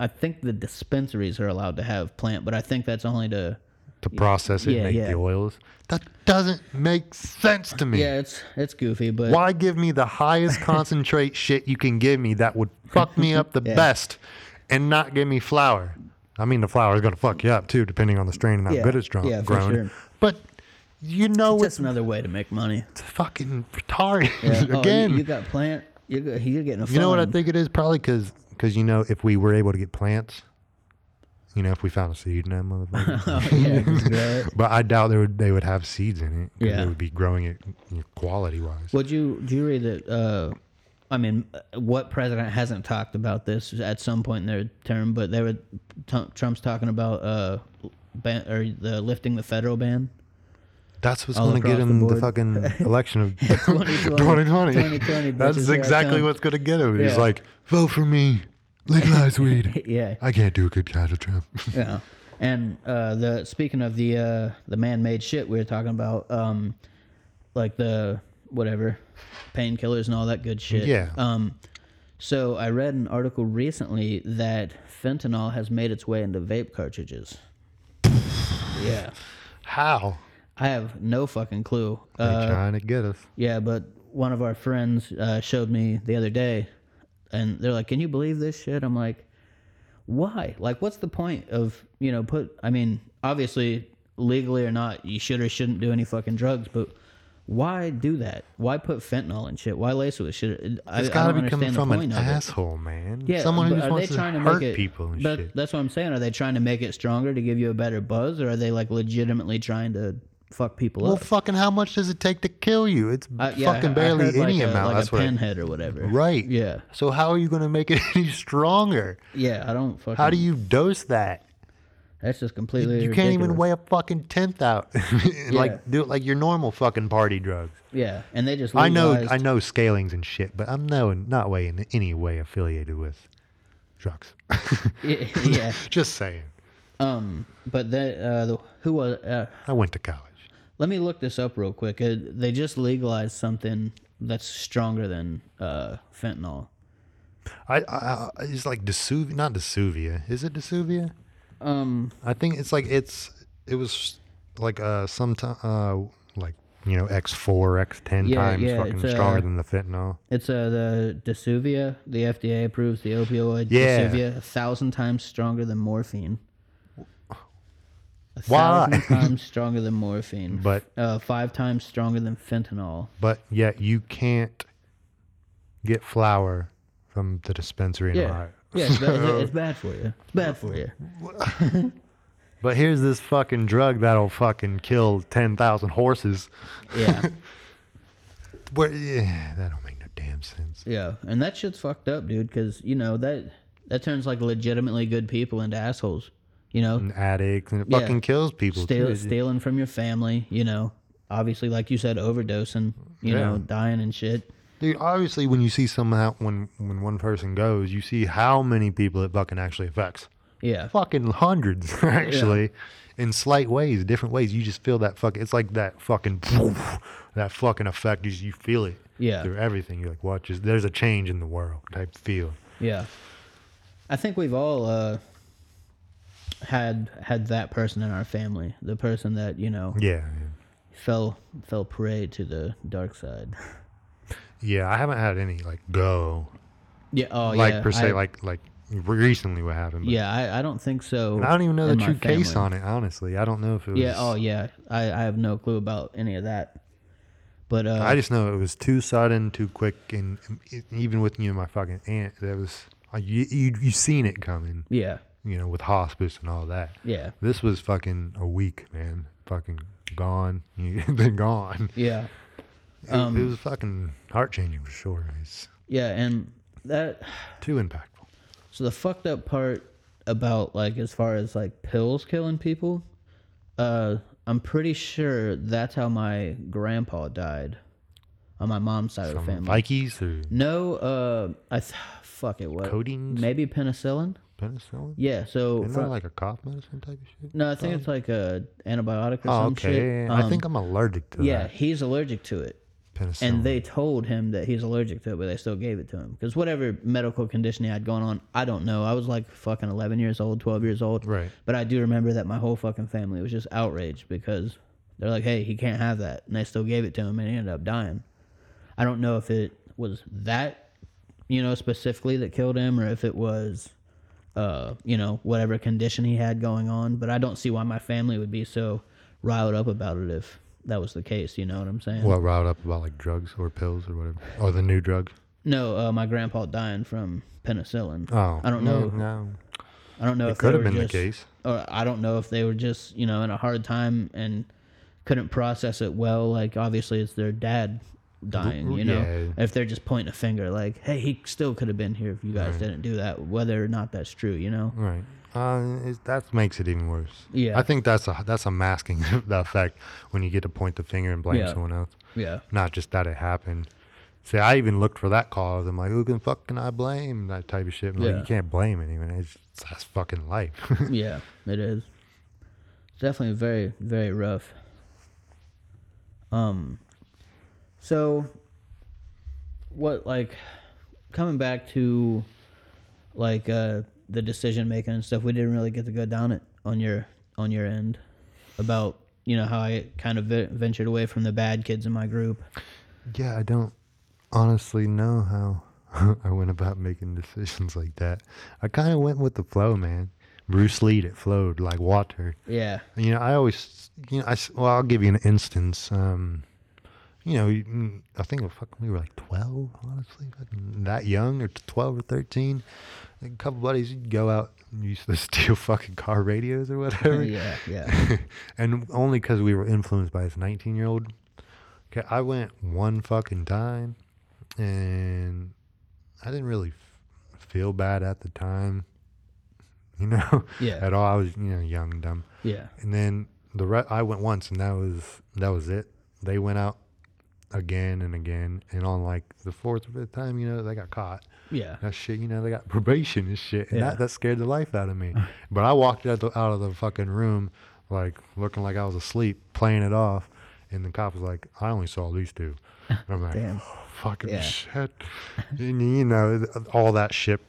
[SPEAKER 2] I think the dispensaries are allowed to have plant, but I think that's only to.
[SPEAKER 1] To process it
[SPEAKER 2] Yeah,
[SPEAKER 1] and make
[SPEAKER 2] yeah.
[SPEAKER 1] the oils. That doesn't make sense to me.
[SPEAKER 2] Yeah, it's it's goofy, but
[SPEAKER 1] Why give me the highest concentrate shit you can give me that would fuck me up the best and not give me flour? I mean, the flour is going to fuck you up too, depending on the strain and how
[SPEAKER 2] Yeah,
[SPEAKER 1] good it's drunk,
[SPEAKER 2] yeah, for
[SPEAKER 1] grown.
[SPEAKER 2] sure.
[SPEAKER 1] But you know
[SPEAKER 2] that's
[SPEAKER 1] it's
[SPEAKER 2] another way to make money.
[SPEAKER 1] fucking retarded
[SPEAKER 2] Yeah. Oh, you-
[SPEAKER 1] again.
[SPEAKER 2] you, got plant. You're, go- you're getting a
[SPEAKER 1] You know what I
[SPEAKER 2] fine.
[SPEAKER 1] think it is? Probably because you know if we were able to get plants, you know if we found a seed in that motherfucker.
[SPEAKER 2] Oh, yeah, just grow it.
[SPEAKER 1] but I doubt they would they would have seeds in it. 'cause
[SPEAKER 2] Yeah.
[SPEAKER 1] they would be growing it quality wise.
[SPEAKER 2] Would you do you read that? Uh, I mean, uh, what president hasn't talked about this at some point in their term? But they were t- Trump's talking about uh, ban, or the lifting the federal ban.
[SPEAKER 1] That's what's
[SPEAKER 2] all
[SPEAKER 1] going to get
[SPEAKER 2] across the
[SPEAKER 1] him the,
[SPEAKER 2] board.
[SPEAKER 1] fucking election of 2020.
[SPEAKER 2] 2020, bitches,
[SPEAKER 1] That's
[SPEAKER 2] here I
[SPEAKER 1] exactly
[SPEAKER 2] come.
[SPEAKER 1] what's going to get him. He's
[SPEAKER 2] Yeah.
[SPEAKER 1] like, vote for me, legalize weed.
[SPEAKER 2] Yeah,
[SPEAKER 1] I can't do a good job of Trump.
[SPEAKER 2] yeah. And uh, the speaking of the uh, the man-made shit we were talking about, um, like the whatever painkillers and all that good shit.
[SPEAKER 1] Yeah.
[SPEAKER 2] Um, so I read an article recently that fentanyl has made its way into vape cartridges. yeah.
[SPEAKER 1] How?
[SPEAKER 2] I have no fucking clue.
[SPEAKER 1] They're
[SPEAKER 2] Uh,
[SPEAKER 1] trying to get us.
[SPEAKER 2] yeah, but one of our friends uh, showed me the other day, and they're like, "Can you believe this shit?" I'm like, "Why? Like, what's the point of you know put? I mean, obviously, legally or not, you should or shouldn't do any fucking drugs, but." Why do that? Why put fentanyl and shit? Why lace it with shit? It- I,
[SPEAKER 1] It's
[SPEAKER 2] I
[SPEAKER 1] got to
[SPEAKER 2] don't
[SPEAKER 1] be coming
[SPEAKER 2] understand the
[SPEAKER 1] from an
[SPEAKER 2] point of it.
[SPEAKER 1] asshole, man.
[SPEAKER 2] Yeah,
[SPEAKER 1] Someone who
[SPEAKER 2] but
[SPEAKER 1] just
[SPEAKER 2] are
[SPEAKER 1] wants
[SPEAKER 2] they
[SPEAKER 1] to,
[SPEAKER 2] trying to
[SPEAKER 1] hurt
[SPEAKER 2] make it,
[SPEAKER 1] people and
[SPEAKER 2] but
[SPEAKER 1] shit.
[SPEAKER 2] That's what I'm saying. Are they trying to make it stronger to give you a better buzz, or are they like legitimately trying to fuck people
[SPEAKER 1] Well,
[SPEAKER 2] up?
[SPEAKER 1] fucking, how much does it take to kill you? It's
[SPEAKER 2] I- Uh, yeah, I-
[SPEAKER 1] fucking
[SPEAKER 2] I
[SPEAKER 1] barely
[SPEAKER 2] heard
[SPEAKER 1] any
[SPEAKER 2] like
[SPEAKER 1] amount.
[SPEAKER 2] A, like
[SPEAKER 1] that's
[SPEAKER 2] a
[SPEAKER 1] what. I-
[SPEAKER 2] pinhead or whatever.
[SPEAKER 1] right.
[SPEAKER 2] Yeah.
[SPEAKER 1] So how are you going to make it any stronger?
[SPEAKER 2] Yeah. I don't fucking.
[SPEAKER 1] How do you dose that?
[SPEAKER 2] That's just completely.
[SPEAKER 1] You can't even
[SPEAKER 2] ridiculous.
[SPEAKER 1] weigh a fucking tenth out, and
[SPEAKER 2] Yeah.
[SPEAKER 1] like do it like your normal fucking party drugs.
[SPEAKER 2] Yeah, and they just.
[SPEAKER 1] I know,
[SPEAKER 2] legalized-
[SPEAKER 1] I know scalings and shit, but I'm no not way in any way affiliated with drugs.
[SPEAKER 2] Yeah, yeah.
[SPEAKER 1] Just saying,
[SPEAKER 2] Um. But that. Uh. The, who was. Uh,
[SPEAKER 1] I went to college.
[SPEAKER 2] let me look this up real quick. Uh, they just legalized something that's stronger than uh fentanyl.
[SPEAKER 1] I, I, I it's like Desuvia, not Desuvia. Is it Desuvia?
[SPEAKER 2] Um.
[SPEAKER 1] I think it's like it's it was like uh sometime uh like you know X four X ten
[SPEAKER 2] Yeah,
[SPEAKER 1] times
[SPEAKER 2] yeah,
[SPEAKER 1] fucking
[SPEAKER 2] it's,
[SPEAKER 1] stronger
[SPEAKER 2] uh,
[SPEAKER 1] than the fentanyl.
[SPEAKER 2] It's uh the Desuvia. The FDA approves the opioid
[SPEAKER 1] Yeah.
[SPEAKER 2] Desuvia a thousand times stronger than morphine. A
[SPEAKER 1] Why?
[SPEAKER 2] thousand times stronger than morphine.
[SPEAKER 1] But-
[SPEAKER 2] uh, five times stronger than fentanyl.
[SPEAKER 1] But yet you can't get flour from the dispensary in
[SPEAKER 2] Yeah.
[SPEAKER 1] Ohio.
[SPEAKER 2] Yeah, it's bad, it's bad for you. It's bad for you.
[SPEAKER 1] But here's this fucking drug that'll fucking kill ten thousand horses.
[SPEAKER 2] Yeah,
[SPEAKER 1] Where, yeah, that don't make no damn sense.
[SPEAKER 2] yeah, and that shit's fucked up, dude. Because you know that that turns like legitimately good people into assholes. You know,
[SPEAKER 1] And addicts and it
[SPEAKER 2] Yeah.
[SPEAKER 1] fucking kills people.
[SPEAKER 2] steal,
[SPEAKER 1] Mm, too.
[SPEAKER 2] stealing from your family. You know, obviously, like you said, overdosing. You
[SPEAKER 1] Yeah.
[SPEAKER 2] know, dying and shit.
[SPEAKER 1] Dude, obviously, when you see someone out, when when one person goes, you see how many people it fucking actually affects.
[SPEAKER 2] Yeah,
[SPEAKER 1] Fucking hundreds, actually, in slight ways, different ways. You just feel that fucking. It's like that fucking that fucking effect. You just- you feel it.
[SPEAKER 2] Yeah.
[SPEAKER 1] Through everything, you're like, watch this. There's a change in the world type feel.
[SPEAKER 2] yeah. I think we've all uh, had had that person in our family. The person that you know
[SPEAKER 1] Yeah.
[SPEAKER 2] fell fell prey to the dark side.
[SPEAKER 1] Yeah. I haven't had any like go
[SPEAKER 2] Yeah. Oh,
[SPEAKER 1] like
[SPEAKER 2] yeah.
[SPEAKER 1] per se
[SPEAKER 2] I-
[SPEAKER 1] like like recently what happened. but-
[SPEAKER 2] Yeah, I, I don't think so.
[SPEAKER 1] I don't even know the
[SPEAKER 2] in my
[SPEAKER 1] true case
[SPEAKER 2] family.
[SPEAKER 1] on it. Honestly, I don't know if it was.
[SPEAKER 2] Yeah. Oh, yeah. I, I have no clue about any of that. But uh,
[SPEAKER 1] I just know it was too sudden, too quick, and um, e- even with you and my fucking aunt, that was uh, you, you you seen it coming,
[SPEAKER 2] yeah,
[SPEAKER 1] you know, with hospice and all that.
[SPEAKER 2] yeah,
[SPEAKER 1] This was fucking a week, man. Fucking gone. They're gone.
[SPEAKER 2] yeah,
[SPEAKER 1] It,
[SPEAKER 2] Um,
[SPEAKER 1] it was fucking heart changing for sure. It's
[SPEAKER 2] yeah. And that.
[SPEAKER 1] too impactful.
[SPEAKER 2] So the fucked up part about like as far as like pills killing people, uh, I'm pretty sure that's how my grandpa died, on my mom's side of the family.
[SPEAKER 1] Vikings or
[SPEAKER 2] no, uh, I th- fuck it. What?
[SPEAKER 1] Codeines?
[SPEAKER 2] Maybe penicillin.
[SPEAKER 1] penicillin?
[SPEAKER 2] Yeah. So
[SPEAKER 1] Isn't
[SPEAKER 2] for-
[SPEAKER 1] that like a cough medicine type of shit?
[SPEAKER 2] no, I think it's like a antibiotic or
[SPEAKER 1] Oh,
[SPEAKER 2] some
[SPEAKER 1] okay.
[SPEAKER 2] shit. um,
[SPEAKER 1] I think I'm allergic to
[SPEAKER 2] Yeah,
[SPEAKER 1] that.
[SPEAKER 2] he's allergic to it.
[SPEAKER 1] Penicillin.
[SPEAKER 2] And they told him that he's allergic to it, but they still gave it to him. Because whatever medical condition he had going on, I don't know. I was like fucking 11 years old, 12 years old.
[SPEAKER 1] Right.
[SPEAKER 2] But I do remember that my whole fucking family was just outraged because they're like, hey, he can't have that. And they still gave it to him and he ended up dying. I don't know if it was that, you know, specifically that killed him or if it was, uh, you know, whatever condition he had going on. But I don't see why my family would be so riled up about it if that was the case. You know what I'm saying?
[SPEAKER 1] Well, riled up about like drugs or pills or whatever, or Oh, the new drug.
[SPEAKER 2] No, uh, my grandpa dying from penicillin.
[SPEAKER 1] Oh,
[SPEAKER 2] I don't know.
[SPEAKER 1] No,
[SPEAKER 2] I don't know
[SPEAKER 1] it
[SPEAKER 2] if they
[SPEAKER 1] could have
[SPEAKER 2] were
[SPEAKER 1] been
[SPEAKER 2] just-
[SPEAKER 1] the case.
[SPEAKER 2] or I don't know if they were just you know in a hard time and couldn't process it well. Like obviously it's their dad dying,
[SPEAKER 1] w-
[SPEAKER 2] you know.
[SPEAKER 1] yeah.
[SPEAKER 2] If they're just pointing a finger, like, hey, he still could have been here if you guys didn't do that, whether or not that's true, you know.
[SPEAKER 1] Right. Uh, it, that makes it even worse.
[SPEAKER 2] Yeah.
[SPEAKER 1] I think that's a that's a masking of the effect when you get to point the finger and blame
[SPEAKER 2] Yeah.
[SPEAKER 1] someone else,
[SPEAKER 2] Yeah.
[SPEAKER 1] not just that it happened. See, I even looked for that cause. I'm like, who can fuck can I blame? That type of shit. I'm like,
[SPEAKER 2] Yeah.
[SPEAKER 1] you can't blame anyone. It's that's fucking life.
[SPEAKER 2] yeah, it is. It's definitely very, very rough. Um, so what like coming back to like uh the decision making and stuff, we didn't really get to go down it on your on your end about you know how I kind of ve- ventured away from the bad kids in my group.
[SPEAKER 1] yeah, I don't honestly know how I went about making decisions like that. I kind of went with the flow, man. Bruce Lee, it flowed like water.
[SPEAKER 2] Yeah,
[SPEAKER 1] You know, I always, you know, I, s- well, I'll give you an instance. Um, you know, you- mm, I think fucking we were like 12, honestly, fucking that young, or 12 or 13. A couple buddies, you'd go out and you used to steal fucking car radios or whatever.
[SPEAKER 2] yeah, yeah,
[SPEAKER 1] and only because we were influenced by this 19 year old. Okay, I went one fucking time and I didn't really f- feel bad at the time, you know,
[SPEAKER 2] yeah,
[SPEAKER 1] at all. I was, you know, young and dumb
[SPEAKER 2] yeah,
[SPEAKER 1] and then the re- I went once, and that was that was it. They went out again and again, and on like the fourth or fifth time, you know, they got caught.
[SPEAKER 2] yeah,
[SPEAKER 1] That shit, you know, they got probation and shit, and
[SPEAKER 2] Yeah.
[SPEAKER 1] that, that scared the life out of me. But I walked out, the, out of the fucking room, like looking like I was asleep, playing it off, and the cop was like, "I only saw these two. And I'm like,
[SPEAKER 2] Damn.
[SPEAKER 1] "Oh, fucking
[SPEAKER 2] Yeah.
[SPEAKER 1] shit, and, you know, all that shit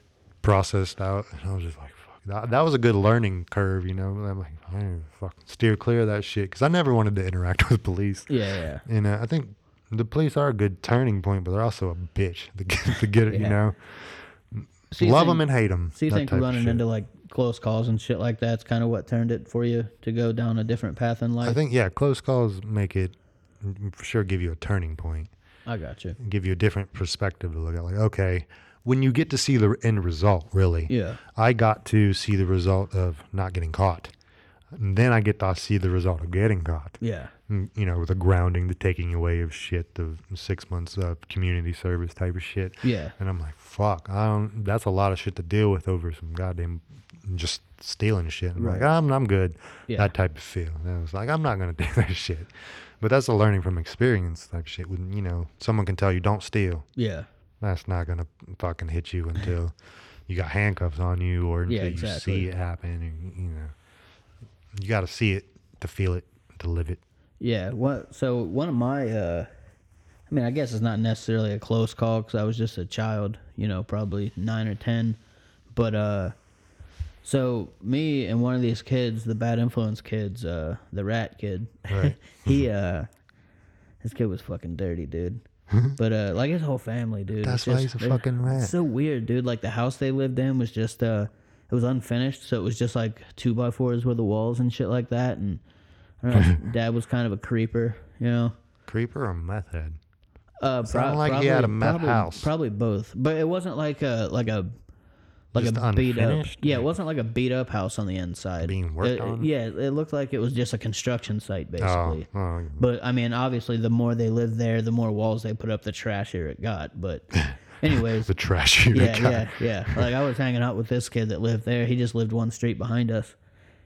[SPEAKER 1] processed out, and I was just like, fuck, that, that was a good learning curve, you know. And I'm like, I didn't fucking steer clear of that shit because I never wanted to interact with police.
[SPEAKER 2] yeah, yeah.
[SPEAKER 1] And uh, I think the police are a good turning point, but they're also a bitch to get, to get it,
[SPEAKER 2] Yeah.
[SPEAKER 1] you know.
[SPEAKER 2] So you
[SPEAKER 1] Love
[SPEAKER 2] think-
[SPEAKER 1] them and hate them.
[SPEAKER 2] So you think running into like close calls and shit like that's kind of what turned it for you to go down a different path in life?
[SPEAKER 1] I think yeah, close calls make it mm, for sure give you a turning point,
[SPEAKER 2] I got you.
[SPEAKER 1] give you a different perspective to look at. Like okay, when you get to see the end result, really.
[SPEAKER 2] Yeah,
[SPEAKER 1] I got to see the result of not getting caught. And then I get to see the result of getting caught.
[SPEAKER 2] yeah,
[SPEAKER 1] Mm, You know, the grounding, the taking away of shit, the six months of community service type of shit.
[SPEAKER 2] yeah,
[SPEAKER 1] And I'm like, fuck, I don't, that's a lot of shit to deal with over some goddamn just stealing shit. I'm like,
[SPEAKER 2] Right.
[SPEAKER 1] I'm, I'm good.
[SPEAKER 2] Yeah.
[SPEAKER 1] That type of feel. And I was like, I'm not going to do that shit. But that's a learning from experience type shit. When, you know, someone can tell you, don't steal
[SPEAKER 2] yeah,
[SPEAKER 1] that's not gonna fucking hit you until you got handcuffs on you or
[SPEAKER 2] Yeah,
[SPEAKER 1] until you
[SPEAKER 2] exactly.
[SPEAKER 1] see it happen. And, you know, you got to see it to feel it to live it.
[SPEAKER 2] yeah. What? So one of my, uh I mean, I guess it's not necessarily a close call because I was just a child, you know, probably nine or ten, but uh, so me and one of these kids, the bad influence kids, uh, the rat kid,
[SPEAKER 1] Right.
[SPEAKER 2] he uh, this kid was fucking dirty, dude. But uh, like his whole family, dude.
[SPEAKER 1] That's
[SPEAKER 2] it's
[SPEAKER 1] why
[SPEAKER 2] just-
[SPEAKER 1] he's a fucking rat.
[SPEAKER 2] It's so weird, dude. Like the house they lived in was just uh, it was unfinished, so it was just like two by fours with the walls and shit like that. And I don't know, his dad was kind of a creeper, you know.
[SPEAKER 1] Creeper or meth head?
[SPEAKER 2] Uh,
[SPEAKER 1] Sounded like he had a meth
[SPEAKER 2] probably,
[SPEAKER 1] house.
[SPEAKER 2] Probably both, but it wasn't like a like a like
[SPEAKER 1] Just
[SPEAKER 2] a beat up.
[SPEAKER 1] unfinished?
[SPEAKER 2] Yeah, it wasn't like a beat up house on the inside.
[SPEAKER 1] Being worked
[SPEAKER 2] It-
[SPEAKER 1] on?
[SPEAKER 2] Yeah, it looked like it was just a construction site
[SPEAKER 1] Oh,
[SPEAKER 2] basically.
[SPEAKER 1] oh,
[SPEAKER 2] But I mean, obviously, the more they lived there, the more walls they put up, the trashier it got. But anyways,
[SPEAKER 1] the trash you
[SPEAKER 2] yeah,
[SPEAKER 1] got.
[SPEAKER 2] yeah, yeah. Like I was hanging out with this kid that lived there. He just lived one street behind us,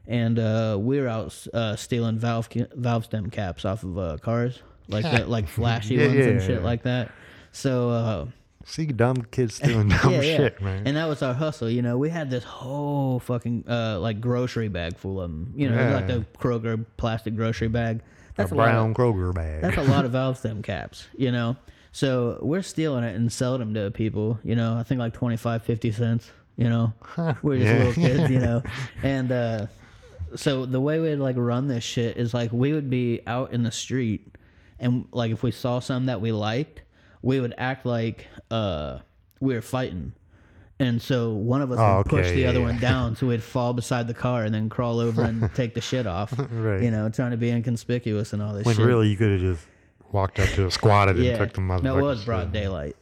[SPEAKER 2] and uh, we were out uh, stealing valve ca- valve stem caps off of uh, cars, like that, like flashy
[SPEAKER 1] Yeah,
[SPEAKER 2] ones
[SPEAKER 1] yeah,
[SPEAKER 2] and
[SPEAKER 1] yeah,
[SPEAKER 2] shit
[SPEAKER 1] yeah.
[SPEAKER 2] like that. So. Uh,
[SPEAKER 1] See dumb kids doing dumb
[SPEAKER 2] yeah, yeah.
[SPEAKER 1] shit, man.
[SPEAKER 2] And that was our hustle. You know, we had this whole fucking uh, like grocery bag full of them. You know,
[SPEAKER 1] Yeah.
[SPEAKER 2] like the Kroger plastic grocery bag. That's
[SPEAKER 1] a
[SPEAKER 2] a lot
[SPEAKER 1] brown
[SPEAKER 2] of-
[SPEAKER 1] Kroger bag.
[SPEAKER 2] that's a lot of valve stem caps, you know. So we're stealing it and selling them to people, you know. I think like 25, 50 cents, you know. We're just
[SPEAKER 1] Yeah.
[SPEAKER 2] little kids, you know. And uh, so the way we'd like run this shit is like we would be out in the street, and like if we saw some that we liked, we would act like uh, we were fighting. And so one of us
[SPEAKER 1] Oh,
[SPEAKER 2] would push
[SPEAKER 1] okay,
[SPEAKER 2] the
[SPEAKER 1] yeah,
[SPEAKER 2] other
[SPEAKER 1] yeah.
[SPEAKER 2] one down, so we'd fall beside the car and then crawl over and take the shit off,
[SPEAKER 1] Right.
[SPEAKER 2] you know, trying to be inconspicuous and all this
[SPEAKER 1] when
[SPEAKER 2] shit.
[SPEAKER 1] really you could have just walked up to a squatted and took the motherfucker.
[SPEAKER 2] No, it was broad daylight.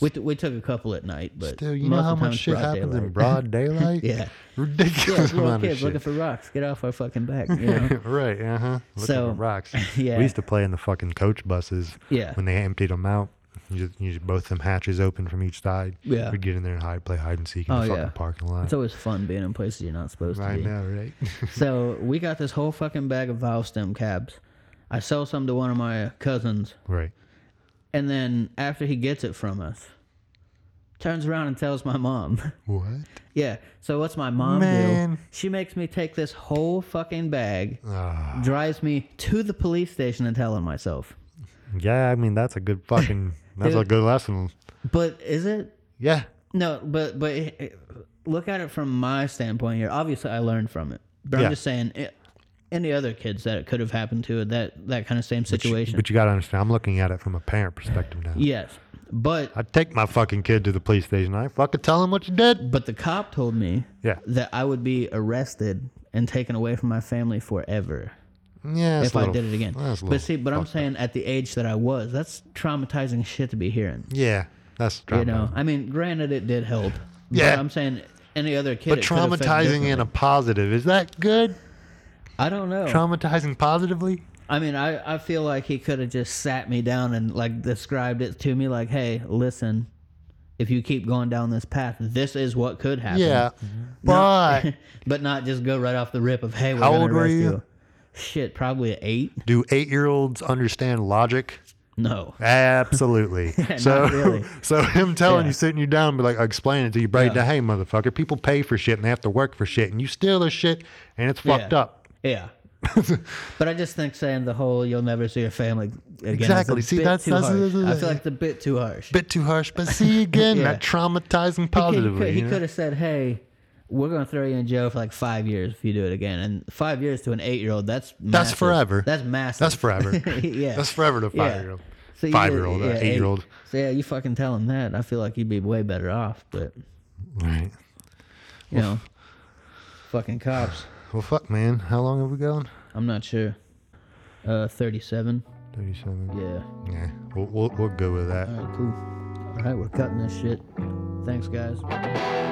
[SPEAKER 2] We, t- we took a couple at night, but
[SPEAKER 1] Still, you know
[SPEAKER 2] most
[SPEAKER 1] how
[SPEAKER 2] of the time
[SPEAKER 1] much
[SPEAKER 2] it's
[SPEAKER 1] shit
[SPEAKER 2] broad
[SPEAKER 1] happens in
[SPEAKER 2] daylight.
[SPEAKER 1] broad daylight?
[SPEAKER 2] Yeah. Yeah,
[SPEAKER 1] Ridiculous
[SPEAKER 2] little
[SPEAKER 1] amount of
[SPEAKER 2] kids looking
[SPEAKER 1] shit.
[SPEAKER 2] for rocks. Get off our fucking back. You know?
[SPEAKER 1] right, uh huh.
[SPEAKER 2] So,
[SPEAKER 1] rocks.
[SPEAKER 2] yeah.
[SPEAKER 1] We used to play in the fucking coach buses.
[SPEAKER 2] Yeah.
[SPEAKER 1] When they emptied them out, you just, you just both them hatches open from each side.
[SPEAKER 2] Yeah.
[SPEAKER 1] We'd get in there and hide, play hide and seek in
[SPEAKER 2] Oh,
[SPEAKER 1] the fucking
[SPEAKER 2] yeah.
[SPEAKER 1] parking lot.
[SPEAKER 2] it's always fun being in places you're not supposed to
[SPEAKER 1] I
[SPEAKER 2] be.
[SPEAKER 1] know, right?
[SPEAKER 2] So we got this whole fucking bag of valve stem cabs. I sell some to one of my cousins,
[SPEAKER 1] right.
[SPEAKER 2] and then after he gets it from us, turns around and tells my mom.
[SPEAKER 1] What?
[SPEAKER 2] yeah. So what's my mom
[SPEAKER 1] Man.
[SPEAKER 2] do? She makes me take this whole fucking bag,
[SPEAKER 1] Ah,
[SPEAKER 2] drives me to the police station and tell on myself.
[SPEAKER 1] yeah, I mean, that's a good fucking, that's a
[SPEAKER 2] Dude.
[SPEAKER 1] good lesson.
[SPEAKER 2] But is it
[SPEAKER 1] Yeah.
[SPEAKER 2] No, but but it- it- look at it from my standpoint here. Obviously, I learned from it, but
[SPEAKER 1] Yeah.
[SPEAKER 2] I'm just saying, it, any other kids that it could have happened to that that kind of same situation.
[SPEAKER 1] But you got to understand, I'm looking at it from a parent perspective now.
[SPEAKER 2] yes, but
[SPEAKER 1] I'd take my fucking kid to the police station. I fucking tell him what you did.
[SPEAKER 2] but the cop told me
[SPEAKER 1] Yeah.
[SPEAKER 2] that I would be arrested and taken away from my family forever
[SPEAKER 1] Yeah. it's
[SPEAKER 2] if
[SPEAKER 1] a
[SPEAKER 2] I
[SPEAKER 1] little-
[SPEAKER 2] did it again.
[SPEAKER 1] that's a
[SPEAKER 2] But
[SPEAKER 1] little
[SPEAKER 2] see, but I'm saying at the age that I was, that's traumatizing shit to be hearing.
[SPEAKER 1] Yeah, that's traumatizing.
[SPEAKER 2] You know, I mean, granted, it did help.
[SPEAKER 1] Yeah.
[SPEAKER 2] but I'm saying any other kid.
[SPEAKER 1] but
[SPEAKER 2] it could affect
[SPEAKER 1] traumatizing in
[SPEAKER 2] differently.
[SPEAKER 1] a positive is that good?
[SPEAKER 2] I don't know.
[SPEAKER 1] Traumatizing positively?
[SPEAKER 2] I mean, I, I feel like he could have just sat me down and like described it to me like, hey, listen, if you keep going down this path, this is what could happen.
[SPEAKER 1] Yeah,
[SPEAKER 2] Mm-hmm. Not-
[SPEAKER 1] but
[SPEAKER 2] but not just go right off the rip of, hey, we're
[SPEAKER 1] How
[SPEAKER 2] gonna
[SPEAKER 1] old were
[SPEAKER 2] arrest
[SPEAKER 1] you?
[SPEAKER 2] Shit, probably at eight.
[SPEAKER 1] do eight-year-olds understand logic?
[SPEAKER 2] No.
[SPEAKER 1] Absolutely. so,
[SPEAKER 2] not really.
[SPEAKER 1] so him telling
[SPEAKER 2] Yeah.
[SPEAKER 1] you, sitting you down, be like, explain it to you, break it
[SPEAKER 2] Yeah.
[SPEAKER 1] down. Hey, motherfucker, people pay for shit and they have to work for shit, and you steal their shit, and it's fucked
[SPEAKER 2] Yeah.
[SPEAKER 1] up.
[SPEAKER 2] Yeah. but I just think saying the whole "you'll never see your family again"
[SPEAKER 1] Exactly.
[SPEAKER 2] Is a
[SPEAKER 1] See,
[SPEAKER 2] bit
[SPEAKER 1] that's-
[SPEAKER 2] too
[SPEAKER 1] that's-
[SPEAKER 2] harsh.
[SPEAKER 1] that's-
[SPEAKER 2] I feel like it's a bit too harsh.
[SPEAKER 1] Bit too harsh, but see again
[SPEAKER 2] Yeah.
[SPEAKER 1] that traumatizing
[SPEAKER 2] He could-
[SPEAKER 1] positively.
[SPEAKER 2] He
[SPEAKER 1] you know?
[SPEAKER 2] could have said, "Hey, we're gonna throw you in jail for like five years if you do it again." And five years to an eight-year-old, that's
[SPEAKER 1] That's
[SPEAKER 2] massive.
[SPEAKER 1] forever.
[SPEAKER 2] That's massive.
[SPEAKER 1] That's forever.
[SPEAKER 2] yeah.
[SPEAKER 1] That's forever to
[SPEAKER 2] Yeah.
[SPEAKER 1] five-year-old.
[SPEAKER 2] So you-
[SPEAKER 1] Five-year-old, uh,
[SPEAKER 2] yeah, eight-
[SPEAKER 1] eight-year-old.
[SPEAKER 2] So yeah, you fucking tell him that. I feel like you'd be way better off. But
[SPEAKER 1] Right.
[SPEAKER 2] you know, fucking cops.
[SPEAKER 1] Well, fuck, man. How long have we gone?
[SPEAKER 2] I'm not sure. Uh, thirty-seven.
[SPEAKER 1] 37.
[SPEAKER 2] Yeah.
[SPEAKER 1] Yeah, we'll, we'll, we'll go with that.
[SPEAKER 2] All right. Cool. All right. We're cutting this shit. Thanks, guys.